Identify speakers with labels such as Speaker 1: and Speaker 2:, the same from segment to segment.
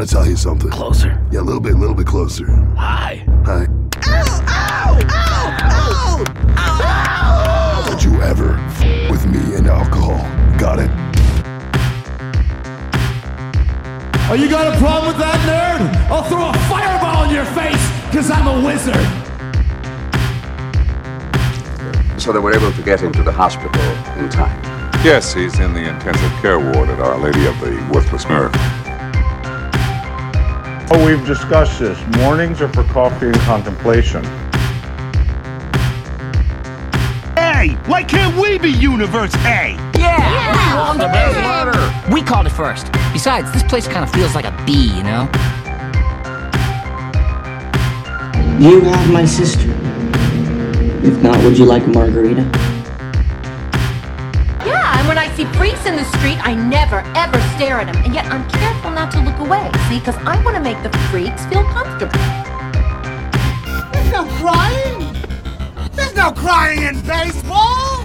Speaker 1: to tell you something.
Speaker 2: Closer.
Speaker 1: Yeah, a little bit, a little bit closer.
Speaker 2: Hi.
Speaker 1: Hi. Don't you ever f- with me and alcohol. Got it?
Speaker 3: Oh, you got a problem with that, nerd? I'll throw a fireball in your face, cause I'm a wizard.
Speaker 4: so they were able to get him to the hospital in time.
Speaker 5: Yes, he's in the intensive care ward at Our Lady of the Worthless Miracle.
Speaker 6: Oh, we've discussed this. Mornings are for coffee and contemplation.
Speaker 7: Hey, why can't we be Universe A?
Speaker 8: Yeah! We won the best letter! We called it first. Besides, this place kind of feels like a bee, you know?
Speaker 9: You have my sister. If not, would you like a margarita?
Speaker 10: Yeah, and when I see freaks in the street, I never, ever stare at them. And yet I'm careful not to look away, see, because I want to make the freaks feel comfortable.
Speaker 11: There's no crying! There's no crying in baseball!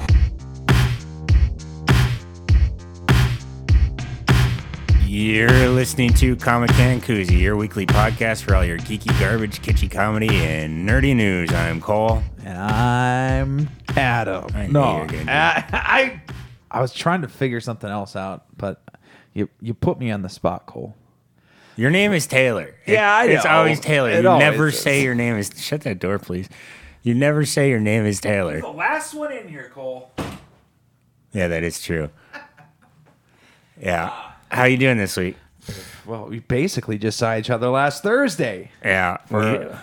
Speaker 12: You're listening to Comic Koozie, your weekly podcast for all your geeky garbage, kitschy comedy, and nerdy news. I'm Cole.
Speaker 13: And I'm Adam.
Speaker 12: I knew you were
Speaker 13: no,
Speaker 12: gonna do
Speaker 13: I, I I was trying to figure something else out, but you you put me on the spot, Cole.
Speaker 12: Your name is Taylor.
Speaker 13: Yeah, I
Speaker 12: It's
Speaker 13: know.
Speaker 12: always Taylor.
Speaker 13: It
Speaker 12: you
Speaker 13: always
Speaker 12: never
Speaker 13: is.
Speaker 12: say your name is. Shut that door, please. You never say your name is Taylor.
Speaker 13: last one in here, Cole.
Speaker 12: Yeah, that is true. Yeah. How you doing this week?
Speaker 13: Well, we basically just saw each other last Thursday
Speaker 12: Yeah,
Speaker 13: for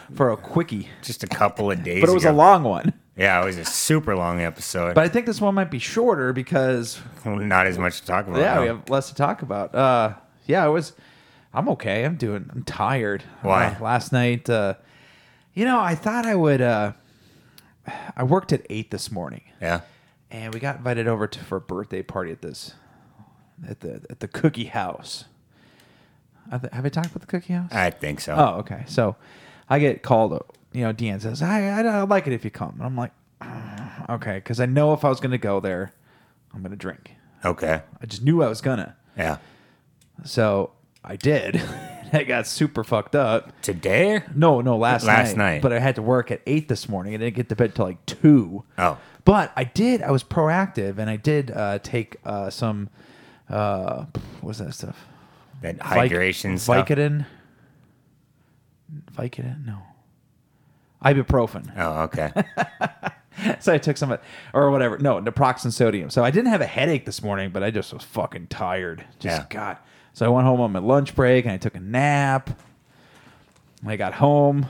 Speaker 12: we-
Speaker 13: for a quickie,
Speaker 12: just a couple of days.
Speaker 13: but it was a
Speaker 12: ago.
Speaker 13: long one.
Speaker 12: Yeah, it was a super long episode.
Speaker 13: But I think this one might be shorter because
Speaker 12: not as much to talk about.
Speaker 13: yeah,
Speaker 12: now.
Speaker 13: we have less to talk about. Uh, yeah, it was. I'm okay. I'm doing. I'm tired.
Speaker 12: Why?
Speaker 13: Uh, last night, uh, you know, I thought I would. Uh, I worked at eight this morning,
Speaker 12: yeah.
Speaker 13: and we got invited over to for a birthday party at this, at the at the Cookie House. I th- Have I talked about the Cookie House?
Speaker 12: I think so.
Speaker 13: Oh, okay. So I get called. You know, Deanne says, "I I would like it if you come." And I'm like, "Mm, "Okay," because I know if I was going to go there, I'm going to drink.
Speaker 12: Okay.
Speaker 13: I just knew I was gonna.
Speaker 12: Yeah.
Speaker 13: So I did. I got super fucked up.
Speaker 12: Today?
Speaker 13: No, no, last night.
Speaker 12: Last night.
Speaker 13: But I had to work at eight this morning. I didn't get to bed till like two.
Speaker 12: Oh.
Speaker 13: But I did. I was proactive, and I did uh, take uh, some. Uh, what's that stuff?
Speaker 12: That
Speaker 13: Vic-
Speaker 12: hydration stuff.
Speaker 13: Vicodin. Vicodin. No. Ibuprofen.
Speaker 12: Oh, okay.
Speaker 13: so I took some of- or whatever. No, naproxen sodium. So I didn't have a headache this morning, but I just was fucking tired. Just
Speaker 12: Yeah.
Speaker 13: God. So I went home on my lunch break and I took a nap. I got home.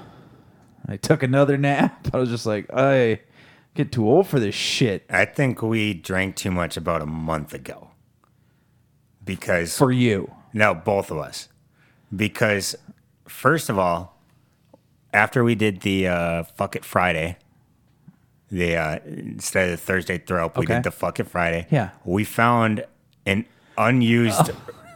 Speaker 13: I took another nap. I was just like, I get too old for this shit.
Speaker 12: I think we drank too much about a month ago. Because
Speaker 13: For you.
Speaker 12: no, both of us. Because first of all, after we did the uh, fuck it Friday, the uh, instead of the Thursday throw up, we
Speaker 13: Okay.
Speaker 12: did the fuck it Friday.
Speaker 13: Yeah.
Speaker 12: we found an unused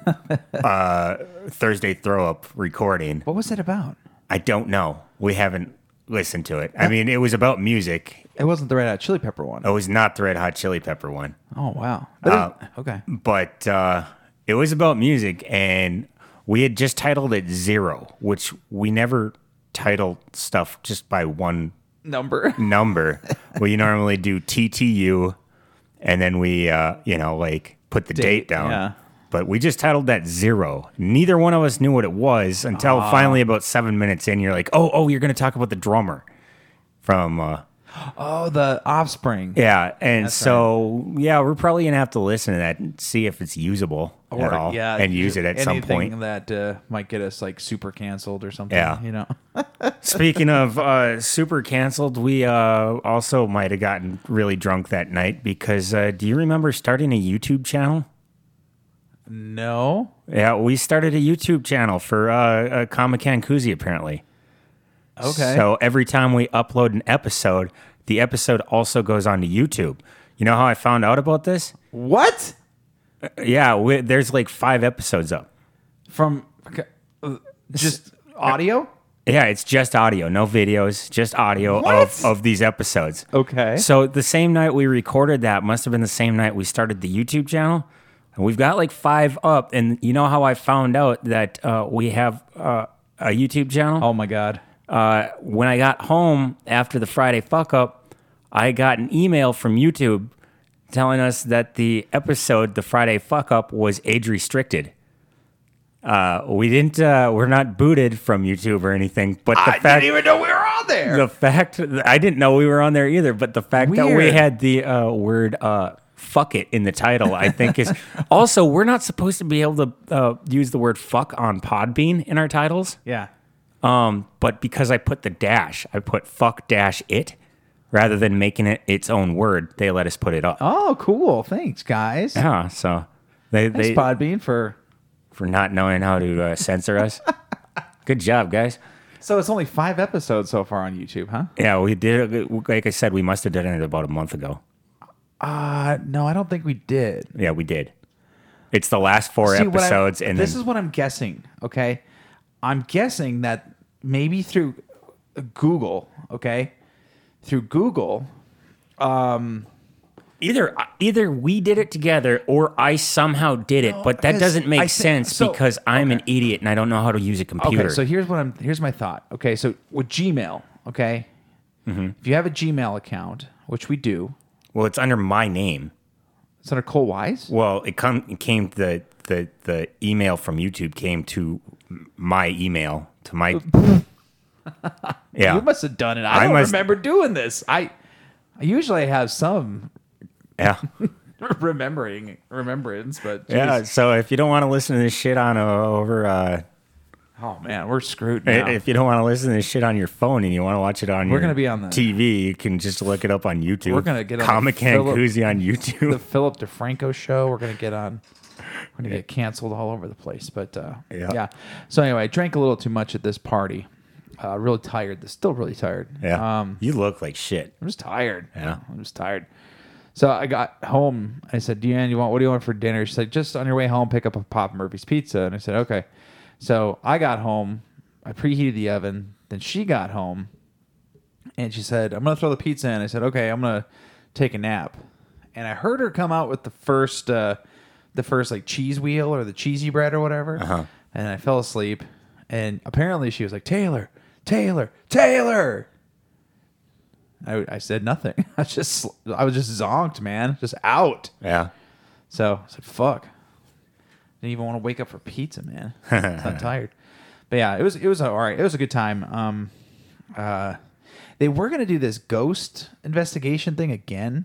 Speaker 13: Oh.
Speaker 12: uh, Thursday throw up recording.
Speaker 13: What was that about?
Speaker 12: I don't know. We haven't listened to it. I mean, it was about music.
Speaker 13: It wasn't the red hot chili pepper one.
Speaker 12: It was not the Red Hot Chili Pepper one.
Speaker 13: Oh wow. But
Speaker 12: Uh,
Speaker 13: it- okay.
Speaker 12: but uh, it was about music, and we had just titled it Zero, which we never title stuff just by one
Speaker 13: Number.
Speaker 12: number. we normally do TTU, and then we, uh, you know, like put the date,
Speaker 13: Date,
Speaker 12: down.
Speaker 13: yeah.
Speaker 12: But we just titled that Zero. Neither one of us knew what it was until
Speaker 13: Ah.
Speaker 12: finally, about seven minutes in, you're like, oh, oh, you're going to talk about the drummer from. Uh,
Speaker 13: Oh, the offspring.
Speaker 12: yeah, and so yeah, we're probably gonna have to listen to that and see if it's usable at all, and use it at some
Speaker 13: anything
Speaker 12: point.
Speaker 13: That uh, might get us like super canceled or something.
Speaker 12: Yeah.
Speaker 13: You know.
Speaker 12: Speaking of uh, super canceled, we uh, also might have gotten really drunk that night because uh, do you remember starting a YouTube channel?
Speaker 13: No.
Speaker 12: Yeah, we started a YouTube channel for uh, uh, Comic Con Koozie apparently.
Speaker 13: Okay.
Speaker 12: So every time we upload an episode, the episode also goes onto YouTube. You know how I found out about this?
Speaker 13: what?
Speaker 12: Yeah, we, there's like five episodes up.
Speaker 13: From okay, uh, just audio?
Speaker 12: Yeah, it's just audio, no videos, just audio of,
Speaker 13: What?
Speaker 12: of these episodes.
Speaker 13: Okay.
Speaker 12: So the same night we recorded that must have been the same night we started the YouTube channel. And we've got like five up. And you know how I found out that uh, we have uh, a YouTube channel? Oh
Speaker 13: my God.
Speaker 12: Uh, when I got home after the Friday fuck up, I got an email from YouTube telling us that the episode, the Friday fuck up, was age restricted. Uh, we didn't. Uh, we're not booted from YouTube or anything. But the
Speaker 2: I
Speaker 12: fact
Speaker 2: didn't even know we were on there.
Speaker 12: the fact I didn't know we were on there either, but the fact that we
Speaker 2: Weird.
Speaker 12: had the uh, word uh, "fuck it" in the title, I think is also we're not supposed to be able to uh, use the word "fuck" on Podbean in our titles.
Speaker 13: Yeah.
Speaker 12: Um, but because I put the dash, I put "fuck dash it" rather than making it its own word. They let us put it up.
Speaker 13: Oh, cool. Thanks, guys.
Speaker 12: Yeah, so they
Speaker 13: Thanks,
Speaker 12: they
Speaker 13: Podbean for
Speaker 12: for not knowing how to uh, censor us. Good job, guys.
Speaker 13: So it's only five episodes so far on YouTube, huh?
Speaker 12: Yeah, we did. it- Like I said, we must have done it about a month ago.
Speaker 13: Uh no, I don't think we did.
Speaker 12: Yeah, we did. It's the last four
Speaker 13: See, what I-
Speaker 12: episodes, and
Speaker 13: this
Speaker 12: then
Speaker 13: is what I'm guessing. Okay, I'm guessing that maybe through Google. Okay, through Google. Um,
Speaker 12: either either we did it together or I somehow did it, but that
Speaker 13: because
Speaker 12: doesn't make
Speaker 13: I thi-
Speaker 12: sense
Speaker 13: so-
Speaker 12: because I'm an idiot and I don't know how to use a computer.
Speaker 13: Okay, so here's what I'm. Here's my thought. Okay, so with Gmail. Okay,
Speaker 12: Mm-hmm.
Speaker 13: if you have a Gmail account, which we do,
Speaker 12: well, it's under my name.
Speaker 13: It's under Cole Wise.
Speaker 12: Well, it come it came the the the email from YouTube came to my email to my yeah.
Speaker 13: you must have done it. I,
Speaker 12: I
Speaker 13: don't
Speaker 12: must-
Speaker 13: remember doing this. I, I usually have some
Speaker 12: yeah.
Speaker 13: remembering remembrance, but
Speaker 12: Yeah,
Speaker 13: geez.
Speaker 12: so if you don't want to listen to this shit on uh, over, uh,
Speaker 13: Oh man, we're screwed
Speaker 12: i-
Speaker 13: now.
Speaker 12: if you don't want to listen to this shit on your phone and you want to watch it on
Speaker 13: We're
Speaker 12: your
Speaker 13: gonna be on the-
Speaker 12: TV, you can just look it up on YouTube.
Speaker 13: We're gonna get on the
Speaker 12: Comic and
Speaker 13: Philip-
Speaker 12: Koozie on YouTube.
Speaker 13: the Philip DeFranco show. We're gonna get on. We're gonna get canceled all over the place. But uh,
Speaker 12: Yeah.
Speaker 13: So anyway, I drank a little too much at this party. Uh, really tired. Still really tired. Um,
Speaker 12: Yeah. you look like shit.
Speaker 13: I'm just tired.
Speaker 12: Yeah.
Speaker 13: I'm just tired. So I got home. I said, Deanne, you want what do you want for dinner? She's like, just on your way home, pick up a Pop Murphy's pizza. And I said, okay. So I got home. I preheated the oven. Then she got home and she said, I'm gonna throw the pizza in. I said, okay, I'm gonna take a nap. And I heard her come out with the first uh the first like cheese wheel or the cheesy bread or whatever.
Speaker 12: Uh-huh.
Speaker 13: And I fell asleep. And apparently she was like, Taylor, Taylor, Taylor. I, I said nothing. I just sl- I was just zonked, man, just out.
Speaker 12: Yeah.
Speaker 13: So I said, "Fuck." Didn't even want to wake up for pizza, man. I'm tired. But yeah, it was it was all right. It was a good time. Um, uh, they were gonna do this ghost investigation thing again,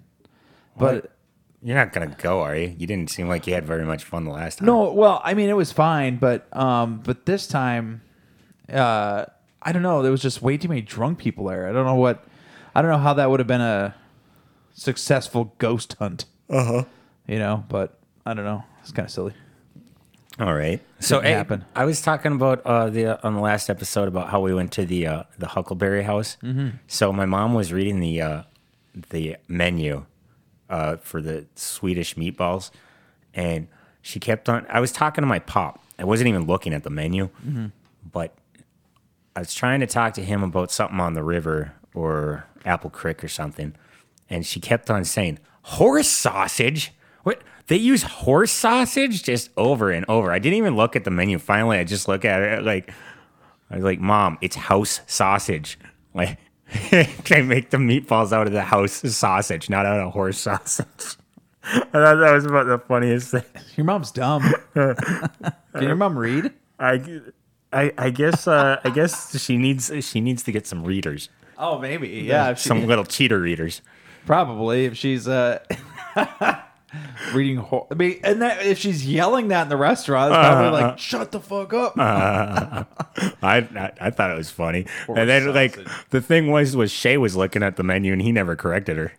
Speaker 13: but
Speaker 12: What? you're not gonna go, are you? You didn't seem like you had very much fun the last time.
Speaker 13: No, Oh, well, I mean, it was fine, but um, but this time, uh, I don't know. There was just way too many drunk people there. I don't know what, I don't know how that would have been a successful ghost hunt. Uh huh. You know, but I don't know. It's kind of silly.
Speaker 12: All right. So
Speaker 13: Didn't
Speaker 12: hey,
Speaker 13: happen.
Speaker 12: I was talking about uh, the on the last episode about how we went to the uh, the Huckleberry House.
Speaker 13: Mhm.
Speaker 12: So my mom was reading the uh, the menu uh, for the Swedish meatballs, and she kept on. I was talking to my pop. I wasn't even looking at the menu,
Speaker 13: Mm-hmm.
Speaker 2: Mhm.
Speaker 12: but I was trying to talk to him about something on the river or Apple Creek or something, and she kept on saying horse sausage. What they use horse sausage just over and over. I didn't even look at the menu. Finally, I just look at it like I was like, "Mom, it's house sausage." Like they make the meatballs out of the house sausage, not out of horse sausage. I thought that was about the funniest thing.
Speaker 13: Your mom's dumb. Can your mom read?
Speaker 12: I, I, I guess uh, I guess she needs she needs to get some readers.
Speaker 13: Oh, maybe. Yeah. if she-
Speaker 12: some little cheater readers.
Speaker 13: Probably if she's uh, reading. Hor- I mean, and that if she's yelling that in the restaurant, it's probably
Speaker 12: Uh,
Speaker 13: like,
Speaker 12: uh,
Speaker 13: "Shut the fuck up."
Speaker 12: Uh, I, I I thought it was funny, and then like the thing was was Shay was looking at the menu and he never corrected her.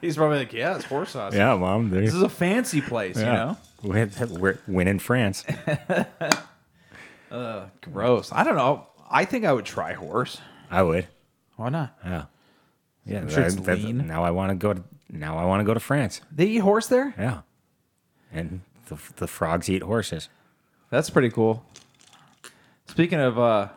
Speaker 13: He's probably like, "Yeah, it's horse sauce."
Speaker 12: Yeah, mom, there-
Speaker 13: This is a fancy place, you know.
Speaker 12: We're, we're, we're in France.
Speaker 13: Uh, gross. I don't know. I think I would try horse.
Speaker 12: I would.
Speaker 13: Why not?
Speaker 12: Yeah. Yeah,
Speaker 13: I'm sure it's
Speaker 12: that- that-
Speaker 13: lean.
Speaker 12: now I want to go to now I want to go to France.
Speaker 13: They eat horse there.
Speaker 12: Yeah, and the, the frogs eat horses.
Speaker 13: That's pretty cool. Speaking of, uh,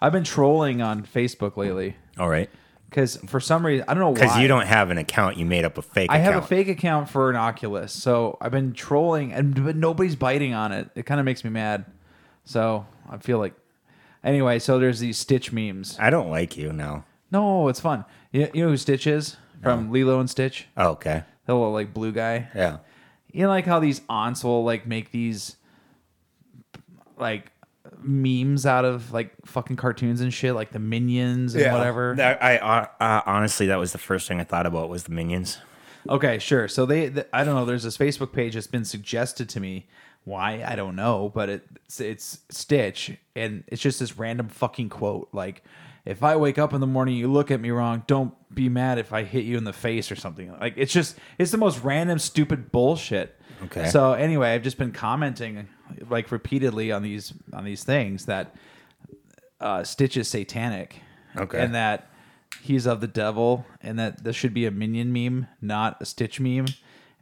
Speaker 13: I've been trolling on Facebook lately.
Speaker 12: All right.
Speaker 13: Because for some reason, I don't know why.
Speaker 12: Because you don't have an account. You made up a fake
Speaker 13: I
Speaker 12: account.
Speaker 13: have a fake account for an Oculus, so I've been trolling, and but nobody's biting on it. It kind of makes me mad. So I feel like, anyway. So there's these Stitch memes.
Speaker 12: I don't like you now.
Speaker 13: No, it's fun. You, you know who Stitch is from Lilo and Stitch?
Speaker 12: Oh, okay.
Speaker 13: The little like blue guy.
Speaker 12: Yeah.
Speaker 13: You know, like how these aunts will like make these like memes out of like fucking cartoons and shit, like the Minions and whatever.
Speaker 12: That- I, uh, uh, honestly, that was the first thing I thought about was the minions.
Speaker 13: Okay, sure. So they, th I don't know. There's this Facebook page that's been suggested to me. Why I don't know, but it, it's, it's Stitch, and it's just this random fucking quote. Like, if I wake up in the morning, you look at me wrong. Don't be mad if I hit you in the face or something. Like, it's just it's the most random, stupid bullshit.
Speaker 12: Okay.
Speaker 13: So anyway, I've just been commenting like repeatedly on these on these things that uh, Stitch is satanic.
Speaker 12: Okay.
Speaker 13: And that he's of the devil, and that this should be a minion meme, not a Stitch meme,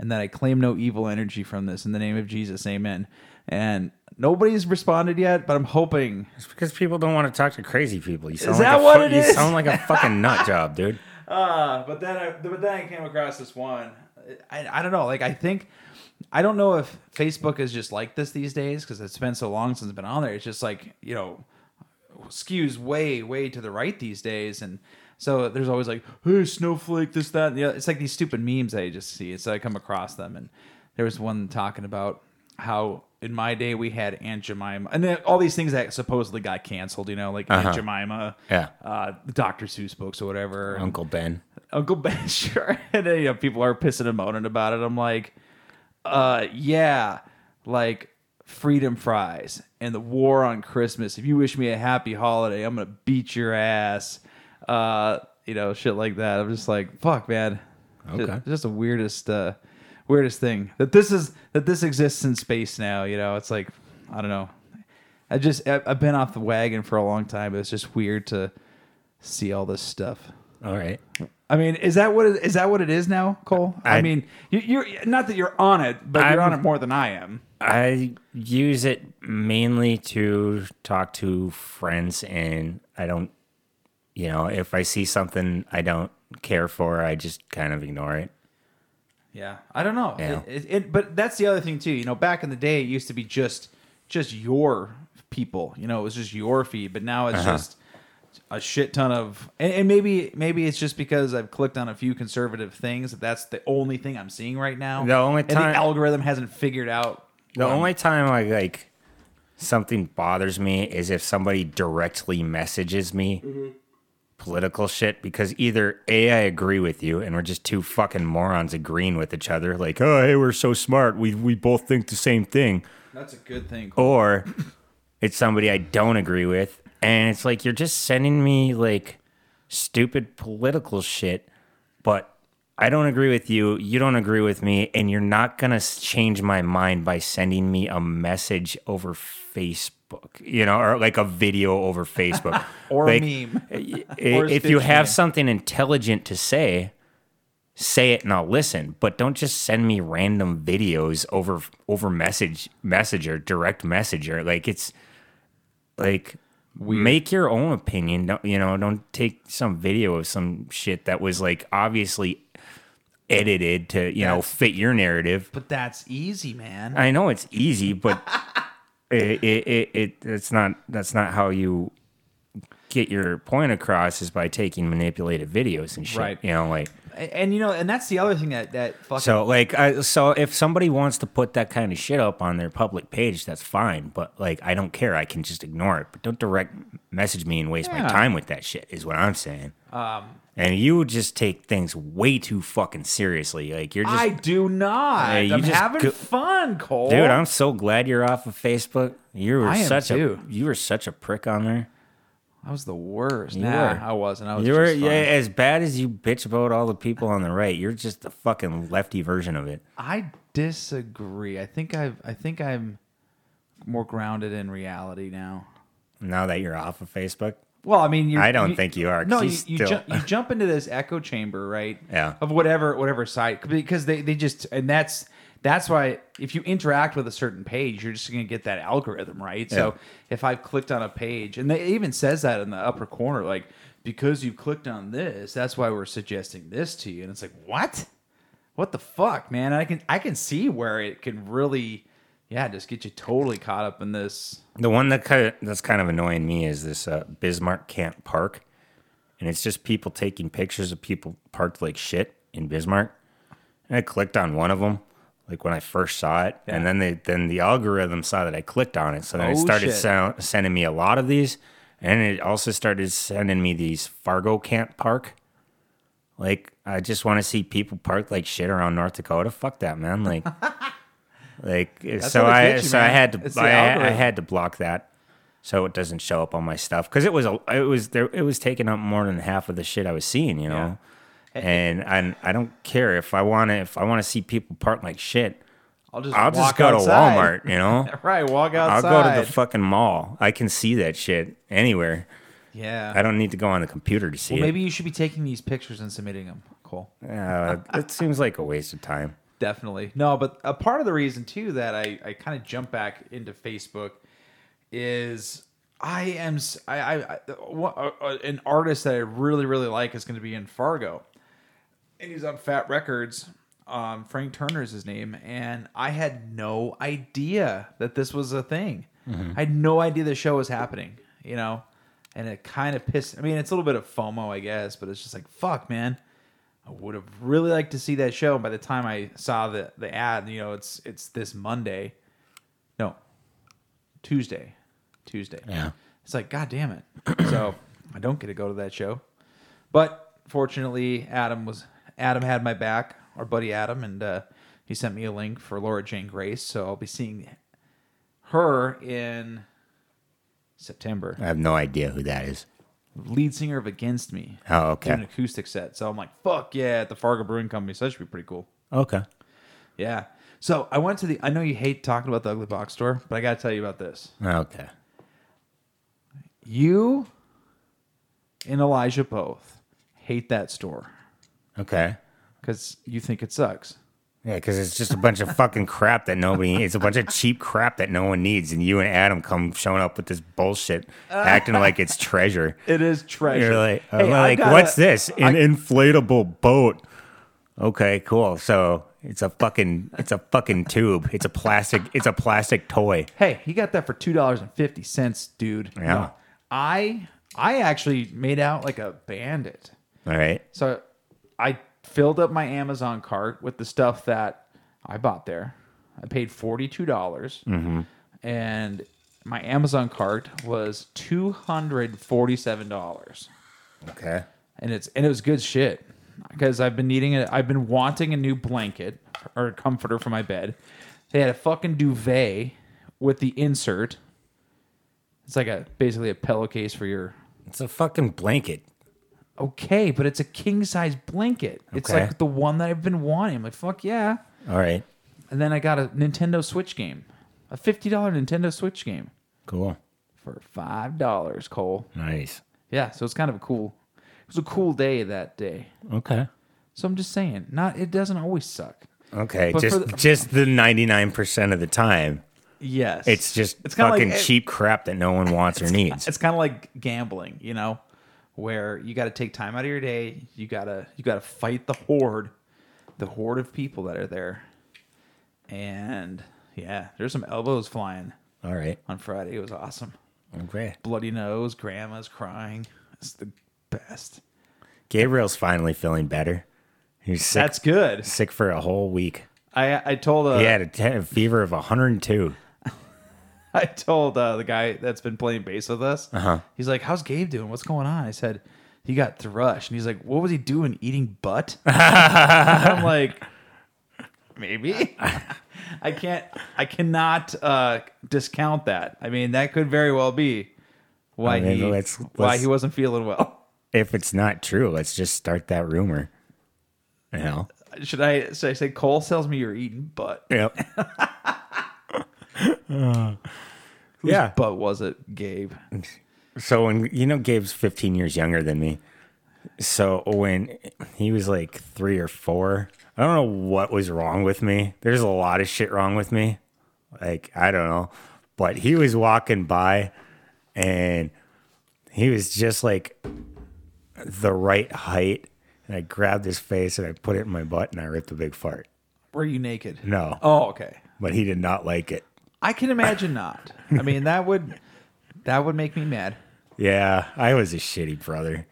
Speaker 13: and that I claim no evil energy from this in the name of Jesus, Amen. And nobody's responded yet, but I'm hoping.
Speaker 12: It's because people don't want to talk to crazy people. You sound
Speaker 13: Is
Speaker 12: like
Speaker 13: that
Speaker 12: a
Speaker 13: what
Speaker 12: fu-
Speaker 13: it
Speaker 12: you
Speaker 13: is?
Speaker 12: sound like a fucking nut job, dude.
Speaker 13: Uh, but then I but then I came across this one. I, I don't know. Like I think I don't know if Facebook is just like this these days because it's been so long since it's been on there. It's just like you know skews way way to the right these days, and so there's always like hey snowflake this that and the other. It's like these stupid memes that I just see. It's I come across them, and there was one talking about how in my day we had Aunt Jemima and then all these things that supposedly got canceled. You know, like
Speaker 12: Uh-huh.
Speaker 13: Aunt Jemima,
Speaker 12: Yeah.
Speaker 13: uh, Doctor Seuss books or whatever. and-
Speaker 12: Uncle Ben.
Speaker 13: Uncle Ben, sure. And then, you know, people are pissing and moaning about it. I'm like, uh, yeah, like freedom fries and the war on Christmas. If you wish me a happy holiday, I'm gonna beat your ass. Uh, you know, shit like that. I'm just like, fuck, man. Ju-
Speaker 12: Okay.
Speaker 13: Just, the weirdest, uh, weirdest thing that this is that this exists in space now. You know, it's like, I don't know. I just I- I've been off the wagon for a long time. It's just weird to see all this stuff.
Speaker 12: All right.
Speaker 13: I mean, is that what it, is that what it is now, Cole? I,
Speaker 12: I-
Speaker 13: mean, you, you're not that you're on it, but you're on
Speaker 12: I'm-
Speaker 13: it more than I am.
Speaker 12: I use it mainly to talk to friends, and I don't, you know, if I see something I don't care for, I just kind of ignore it.
Speaker 13: Yeah, I don't know.
Speaker 12: Yeah.
Speaker 13: It, it, it, but that's the other thing too. You know, back in the day, it used to be just just your people. You know, it was just your feed, but now it's
Speaker 12: Uh-huh.
Speaker 13: just a shit ton of. And, and maybe maybe it's just because I've clicked on a few conservative things that that's the only thing I'm seeing right now.
Speaker 12: The only
Speaker 13: And
Speaker 12: time-
Speaker 13: the algorithm hasn't figured out.
Speaker 12: The
Speaker 13: um,
Speaker 12: only time I like something bothers me is if somebody directly messages me political shit because either A, I agree with you and we're just two fucking morons agreeing with each other, like, oh, hey, we're so smart. We, we both think the same thing.
Speaker 13: that's a good thing.
Speaker 12: Or it's somebody I don't agree with. And it's like, you're just sending me like stupid political shit, but. I don't agree with you. You don't agree with me, and you're not gonna s- change my mind by sending me a message over Facebook, you know, or like a video over Facebook
Speaker 13: Or a
Speaker 12: Oh, Like,
Speaker 13: meme.
Speaker 12: i-
Speaker 13: Or a
Speaker 12: if you
Speaker 13: Stitch
Speaker 12: have
Speaker 13: meme.
Speaker 12: something intelligent to say, say it and I'll listen. But don't just send me random videos over over message messenger, direct messenger. Like it's like make your own opinion. Don't you know? Don't take some video of some shit that was like obviously edited to you know
Speaker 13: That's-
Speaker 12: fit your narrative.
Speaker 13: But that's easy, man.
Speaker 12: I know it's easy, but it, it, it, it it's not that's not how you get your point across is by taking manipulated videos and shit.
Speaker 13: Right.
Speaker 12: You know, like
Speaker 13: And, and, you know, and that's the other thing that that fucking
Speaker 12: so like I, so if somebody wants to put that kind of shit up on their public page, that's fine. But like I don't care. I can just ignore it. But don't direct message me and waste
Speaker 13: Yeah.
Speaker 12: my time with that shit. Is what I'm saying.
Speaker 13: Um,
Speaker 12: And you just take things way too fucking seriously. Like you're just
Speaker 13: I do not.
Speaker 12: Hey, you
Speaker 13: I'm
Speaker 12: just
Speaker 13: having
Speaker 12: go-
Speaker 13: fun, Cole.
Speaker 12: Dude, I'm so glad you're off of Facebook. You were
Speaker 13: I am
Speaker 12: such
Speaker 13: too.
Speaker 12: a you were such a prick on there.
Speaker 13: I was the worst.
Speaker 12: You
Speaker 13: nah,
Speaker 12: were.
Speaker 13: I wasn't. I was.
Speaker 12: you were
Speaker 13: just fun.
Speaker 12: yeah, as bad as you bitch about all the people on the right. You're just the fucking lefty version of it.
Speaker 13: I disagree. I think I've. I think I'm more grounded in reality now.
Speaker 12: Now that you're off of Facebook,
Speaker 13: Well, I mean, you
Speaker 12: I don't think you are, 'cause
Speaker 13: No, you,
Speaker 12: he's
Speaker 13: you,
Speaker 12: still-
Speaker 13: ju- you jump into this echo chamber, right?
Speaker 12: Yeah.
Speaker 13: Of whatever whatever site because they they just and that's that's why if you interact with a certain page, you're just going to get that algorithm, right?
Speaker 12: Yeah.
Speaker 13: So if I've clicked on a page, and they, it even says that in the upper corner, like because you clicked on this, that's why we're suggesting this to you. And it's like, what? What the fuck, man? I can I can see where it can really, yeah, just get you totally caught up in this.
Speaker 12: The one that kind of, that's kind of annoying me is this uh, Bismarck Camp Park, and it's just people taking pictures of people parked like shit in Bismarck. And I clicked on one of them, like when I first saw it, and then they then the algorithm saw that I clicked on it, so then it
Speaker 13: Oh,
Speaker 12: started
Speaker 13: shit.
Speaker 12: sou- sending me a lot of these, and it also started sending me these Fargo Camp Park. Like I just want to see people parked like shit around North Dakota. Fuck that, man. Like. Like
Speaker 13: That's
Speaker 12: so
Speaker 13: what it
Speaker 12: I
Speaker 13: gets you,
Speaker 12: so I
Speaker 13: man.
Speaker 12: had to
Speaker 13: It's the
Speaker 12: I, I
Speaker 13: algorithm.
Speaker 12: had to block that so it doesn't show up on my stuff because it was a it was there it was taking up more than half of the shit I was seeing you know and I I don't care if I want to if I want to see people part like shit
Speaker 13: I'll just
Speaker 12: I'll just
Speaker 13: walk
Speaker 12: go
Speaker 13: outside.
Speaker 12: to Walmart you know
Speaker 13: right, walk outside.
Speaker 12: I'll go to the fucking mall I can see that shit anywhere
Speaker 13: Yeah.
Speaker 12: I don't need to go on the computer to see
Speaker 13: well,
Speaker 12: it
Speaker 13: maybe you should be taking these pictures and submitting them. Cool.
Speaker 12: uh, it seems like a waste of time
Speaker 13: Definitely. No, but a part of the reason too that I, I kind of jump back into Facebook is I am s- I, I, I- wha- uh, uh, an artist that I really really like is going to be in Fargo, and he's on Fat Records. Um, Frank Turner is his name, and I had no idea that this was a thing.
Speaker 2: Mhm.
Speaker 13: I had no idea the show was happening. You know, and it kind of pissed. I mean, it's a little bit of FOMO, I guess, but it's just like fuck, man. I would have really liked to see that show. By the time I saw the the ad, you know, it's it's this Monday, no, Tuesday, Tuesday.
Speaker 12: Yeah.
Speaker 13: It's like God damn it. so I don't get to go to that show, but fortunately, Adam was Adam had my back. Our buddy Adam, and uh, he sent me a link for Laura Jane Grace. So I'll be seeing her in September.
Speaker 12: I have no idea who that is
Speaker 13: Lead singer of Against Me.
Speaker 12: Oh, okay.
Speaker 13: Doing an acoustic set. So I'm like, fuck yeah, at the Fargo Brewing Company. So that should be pretty cool.
Speaker 12: okay
Speaker 13: Yeah. So I went to the. I know you hate talking about the Ugly Box Store, but I got to tell you about this.
Speaker 12: okay
Speaker 13: You and Elijah both hate that store
Speaker 12: okay
Speaker 13: because you think it sucks.
Speaker 12: Yeah, because it's just a bunch of fucking crap that nobody. It's a bunch of cheap crap that no one needs, and you and Adam come showing up with this bullshit, acting like it's treasure.
Speaker 13: It is Uh. treasure.
Speaker 12: You're like,
Speaker 13: Hey,
Speaker 12: I'm
Speaker 13: I
Speaker 12: like,
Speaker 13: gotta-
Speaker 12: what's this? An
Speaker 13: I-
Speaker 12: inflatable boat? Okay, cool. So it's a fucking, it's a fucking tube. It's a plastic, it's a plastic toy.
Speaker 13: Hey, he got that for two dollars and fifty cents, dude.
Speaker 12: Yeah.
Speaker 13: I I actually made out like a bandit.
Speaker 12: All right.
Speaker 13: So I filled up my Amazon cart with the stuff that I bought there. I paid forty two dollars,
Speaker 12: Mhm.
Speaker 13: and my Amazon cart was two hundred forty seven dollars.
Speaker 12: Okay.
Speaker 13: And it's and it was good shit because I've been needing it. I've been wanting a new blanket or a comforter for my bed. They had a fucking duvet with the insert. It's like a basically a pillowcase for your.
Speaker 12: It's a fucking blanket.
Speaker 13: Okay, but it's a king size blanket. It's
Speaker 12: Okay.
Speaker 13: like the one that I've been wanting. I'm like, fuck yeah.
Speaker 12: All right.
Speaker 13: And then I got a Nintendo Switch game, a $50 Nintendo Switch game
Speaker 12: Cool.
Speaker 13: for $5, Cole.
Speaker 12: Nice.
Speaker 13: Yeah, so it's kind of a cool. It was a cool day that day.
Speaker 12: Okay.
Speaker 13: So I'm just saying, not it doesn't always suck.
Speaker 12: Okay.
Speaker 13: But for
Speaker 12: just,
Speaker 13: the-
Speaker 12: just the ninety nine percent of the time.
Speaker 13: Yes.
Speaker 12: It's just
Speaker 13: It's kinda like
Speaker 12: fucking
Speaker 13: it-
Speaker 12: cheap crap that no one wants or needs.
Speaker 13: It's kind of like gambling, you know, where you got to take time out of your day. You gotta you gotta fight the horde, the horde of people that are there. And yeah, there's some elbows flying.
Speaker 12: All right.
Speaker 13: On Friday, it was awesome.
Speaker 12: Okay.
Speaker 13: Bloody nose, grandma's crying. It's the best.
Speaker 12: Gabriel's finally feeling better. He's sick,
Speaker 13: That's good.
Speaker 12: Sick for a whole week.
Speaker 13: I I told uh,
Speaker 12: he had a, te- a fever of 102.
Speaker 13: I told uh, the guy that's been playing bass with us.
Speaker 12: Uh-huh.
Speaker 13: He's like, "How's Gabe doing? What's going on?" I said, "He got thrush," and he's like, "What was he doing? Eating butt?" I'm like, "Maybe." I can't. I cannot uh, discount that. I mean, that could very well be why
Speaker 12: I mean,
Speaker 13: he
Speaker 12: let's-
Speaker 13: why
Speaker 12: let's-
Speaker 13: he wasn't feeling well.
Speaker 12: If it's not true, let's just start that rumor. You know?
Speaker 13: Should I should I say Cole sells me you're eating butt?
Speaker 12: Yep. Uh,
Speaker 13: Whose
Speaker 12: yeah.
Speaker 13: butt was it, Gabe?
Speaker 12: So when you know Gabe's 15 years younger than me. So when he was like 3 or 4, I don't know what was wrong with me. There's a lot of shit wrong with me. Like I don't know, but he was walking by and he was just like the right height, and I grabbed his face and I put it in my butt and I ripped a big fart.
Speaker 13: Were you naked?
Speaker 12: No.
Speaker 13: Oh, okay.
Speaker 12: But he did not like it.
Speaker 13: I can imagine not. I mean, that would that would make me mad.
Speaker 12: Yeah, I was a shitty brother.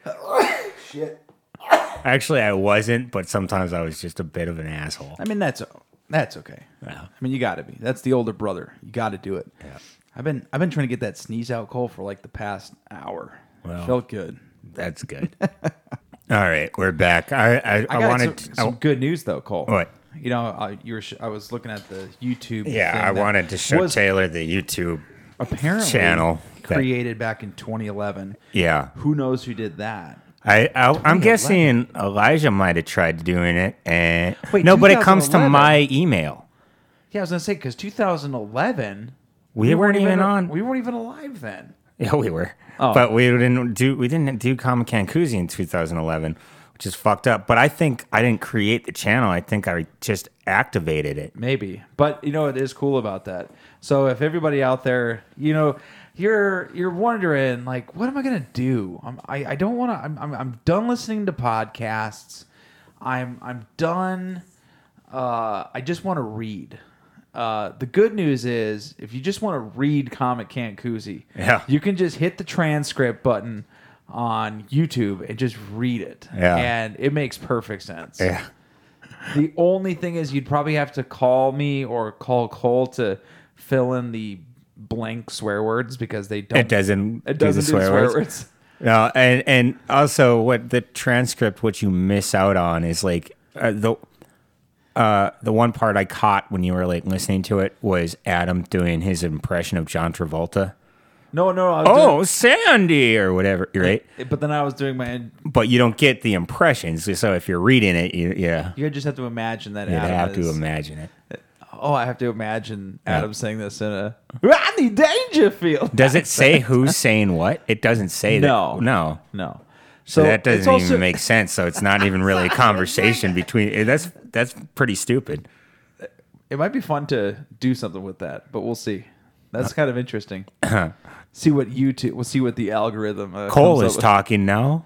Speaker 13: Shit.
Speaker 12: Actually, I wasn't, but sometimes I was just a bit of an asshole.
Speaker 13: I mean, that's that's okay.
Speaker 12: Yeah.
Speaker 13: I mean, you got to be. That's the older brother. You got to do it. Yeah. I've been I've been trying to get that sneeze out cold for like the past hour.
Speaker 12: Well,
Speaker 13: Felt good.
Speaker 12: That's good. All right, we're back. I I, I,
Speaker 13: got
Speaker 12: wanted
Speaker 13: some,
Speaker 12: I-
Speaker 13: some good news though, Cole.
Speaker 12: What?
Speaker 13: You know, I, you were sh- I was looking at the YouTube.
Speaker 12: yeah,
Speaker 13: thing
Speaker 12: I
Speaker 13: that
Speaker 12: wanted to show
Speaker 13: was
Speaker 12: Taylor the YouTube
Speaker 13: apparently
Speaker 12: channel. that-
Speaker 13: created back in 2011.
Speaker 12: yeah,
Speaker 13: Who knows who did that?
Speaker 12: I, I
Speaker 13: 2011.
Speaker 12: I'm guessing Elijah might have tried doing it, and no, but it comes to
Speaker 13: 2011?
Speaker 12: my email.
Speaker 13: Yeah, I was gonna say because 2011,
Speaker 12: We weren't even on.
Speaker 13: We weren't even alive then.
Speaker 12: Yeah, we were.
Speaker 13: Oh.
Speaker 12: But we didn't do we didn't do Comic Kankuzi in 2011, which is fucked up. But I think I didn't create the channel. I think I just activated it.
Speaker 13: Maybe, but you know what is cool about that. So if everybody out there, you know, you're you're wondering like, what am I gonna do? I'm, I I don't want to. I'm, I'm I'm done listening to podcasts. I'm I'm done. Uh, I just want to read. Uh, the good news is, if you just want to read Comic Cancuzzi,
Speaker 12: Yeah.
Speaker 13: you can just hit the transcript button on YouTube and just read it.
Speaker 12: Yeah.
Speaker 13: And it makes perfect sense.
Speaker 12: Yeah.
Speaker 13: The only thing is, you'd probably have to call me or call Cole to fill in the blank swear words because they don't.
Speaker 12: It doesn't.
Speaker 13: It doesn't
Speaker 12: the
Speaker 13: do swear words.
Speaker 12: No, and and also what the transcript, what you miss out on is like uh, the uh, the one part I caught when you were like listening to it was Adam doing his impression of John Travolta.
Speaker 13: No, no. I was
Speaker 12: Oh, Sandy or whatever, right?
Speaker 13: doing, but then I was doing my.
Speaker 12: But you don't get the impressions. So if you're reading it, you, yeah,
Speaker 13: You just have to imagine that.
Speaker 12: you'd
Speaker 13: Adam
Speaker 12: have
Speaker 13: is-
Speaker 12: to imagine it.
Speaker 13: Oh, I have to imagine Adam saying this in a Rodney Dangerfield.
Speaker 12: Does it say who's saying what? It doesn't say
Speaker 13: No.
Speaker 12: that. No.
Speaker 13: No.
Speaker 12: So, that
Speaker 13: it's
Speaker 12: doesn't
Speaker 13: also-
Speaker 12: even make sense. So it's not even really a conversation between. eh, That's that's pretty stupid.
Speaker 13: It might be fun to do something with that, but we'll see.
Speaker 12: Uh,
Speaker 13: That's kind of interesting. see what YouTube. We'll see what the algorithm. Uh,
Speaker 12: Cole
Speaker 13: comes up
Speaker 12: is
Speaker 13: with.
Speaker 12: talking now.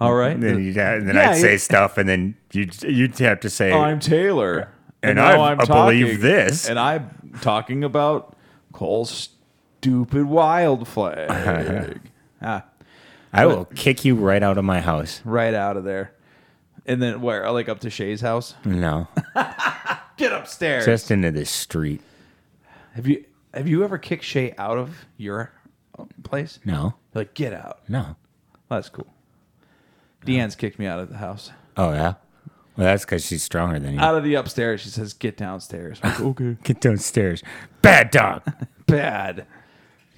Speaker 13: All right.
Speaker 12: And then, you'd ha- and then
Speaker 13: Yeah, yeah.
Speaker 12: I'd
Speaker 13: Oh,
Speaker 12: say stuff, and then you'd you'd have to say
Speaker 13: I'm Taylor,
Speaker 12: And
Speaker 13: now
Speaker 12: I believe this.
Speaker 13: and I'm talking about Cole's stupid wild flag. ah,
Speaker 12: I will kick you right out of my house.
Speaker 13: right out of there, and then where? Like up to Shay's house?
Speaker 12: No,
Speaker 13: Get upstairs.
Speaker 12: just into the street.
Speaker 13: have you have you ever kicked Shay out of your place?
Speaker 12: No,
Speaker 13: Like get out.
Speaker 12: no.
Speaker 13: That's cool. Deanne's kicked me out of the house,
Speaker 12: Oh yeah. Well, that's because she's stronger than you.
Speaker 13: out of the upstairs. She says, "Get downstairs." I'm like, okay,
Speaker 12: Get downstairs, bad dog.
Speaker 13: bad.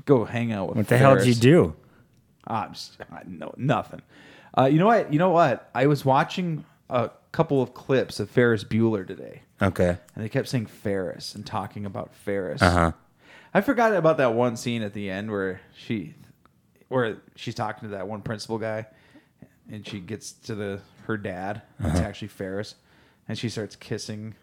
Speaker 13: Go hang out with.
Speaker 12: What the hell did you
Speaker 13: Ferris.
Speaker 12: do?
Speaker 13: I'm s- I know nothing. Uh, you know what? You know what? I was watching a couple of clips of Ferris Bueller today,
Speaker 12: Okay.
Speaker 13: and they kept saying Ferris and talking about Ferris.
Speaker 12: Uh-huh.
Speaker 13: I forgot about that one scene at the end where she, where she's talking to that one principal guy, and she gets to the her dad. It's actually Ferris, and she starts kissing.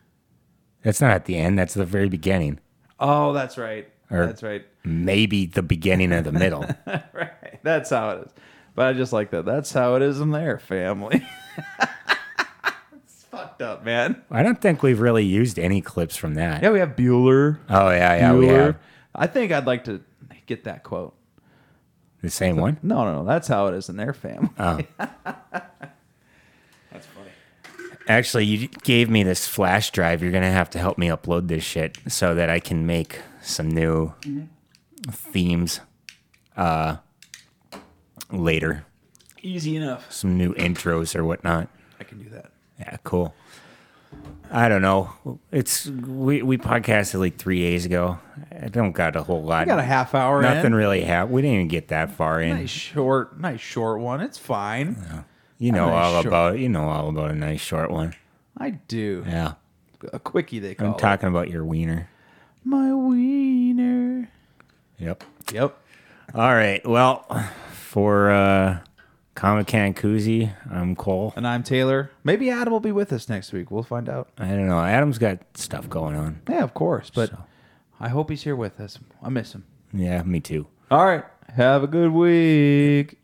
Speaker 12: That's not at the end. That's the very beginning.
Speaker 13: Oh, that's right.
Speaker 12: Or-
Speaker 13: that's right.
Speaker 12: Maybe the beginning of the middle.
Speaker 13: Right. That's how it is. But I just like that. That's how it is in their family. it's fucked up, man.
Speaker 12: I don't think we've really used any clips from that.
Speaker 13: Yeah, we have Bueller.
Speaker 12: Oh yeah, yeah, we
Speaker 13: Bueller.
Speaker 12: have
Speaker 13: I think I'd like to get that quote.
Speaker 12: the same one.
Speaker 13: No, no, no. That's how it is in their family.
Speaker 12: Actually, you gave me this flash drive. You're gonna have to help me upload this shit so that I can make some new
Speaker 13: Mm-hmm.
Speaker 12: themes uh, later.
Speaker 13: Easy enough.
Speaker 12: Some new intros or whatnot.
Speaker 13: I can do that.
Speaker 12: Yeah, cool. I don't know. It's we we podcasted like three days ago. I don't got a whole lot.
Speaker 13: I got a half hour
Speaker 12: Nothing
Speaker 13: in.
Speaker 12: really happened. We didn't even get that far in.
Speaker 13: Nice short, nice short one. It's fine.
Speaker 12: You know
Speaker 13: nice
Speaker 12: all
Speaker 13: short-
Speaker 12: about you know all about a nice short one.
Speaker 13: I do.
Speaker 12: Yeah,
Speaker 13: A quickie they call
Speaker 12: I'm talking about your wiener.
Speaker 13: it. My wiener.
Speaker 12: Yep.
Speaker 13: Yep.
Speaker 12: All right. Well, for uh, Comic Con Koozie, I'm Cole.
Speaker 13: And I'm Taylor. Maybe Adam will be with us next week. We'll find out.
Speaker 12: I don't know. Adam's got stuff going on.
Speaker 13: Yeah, of course. But
Speaker 12: So.
Speaker 13: I hope he's here with us. I miss him.
Speaker 12: Yeah, me too.
Speaker 13: All right. Have a good week.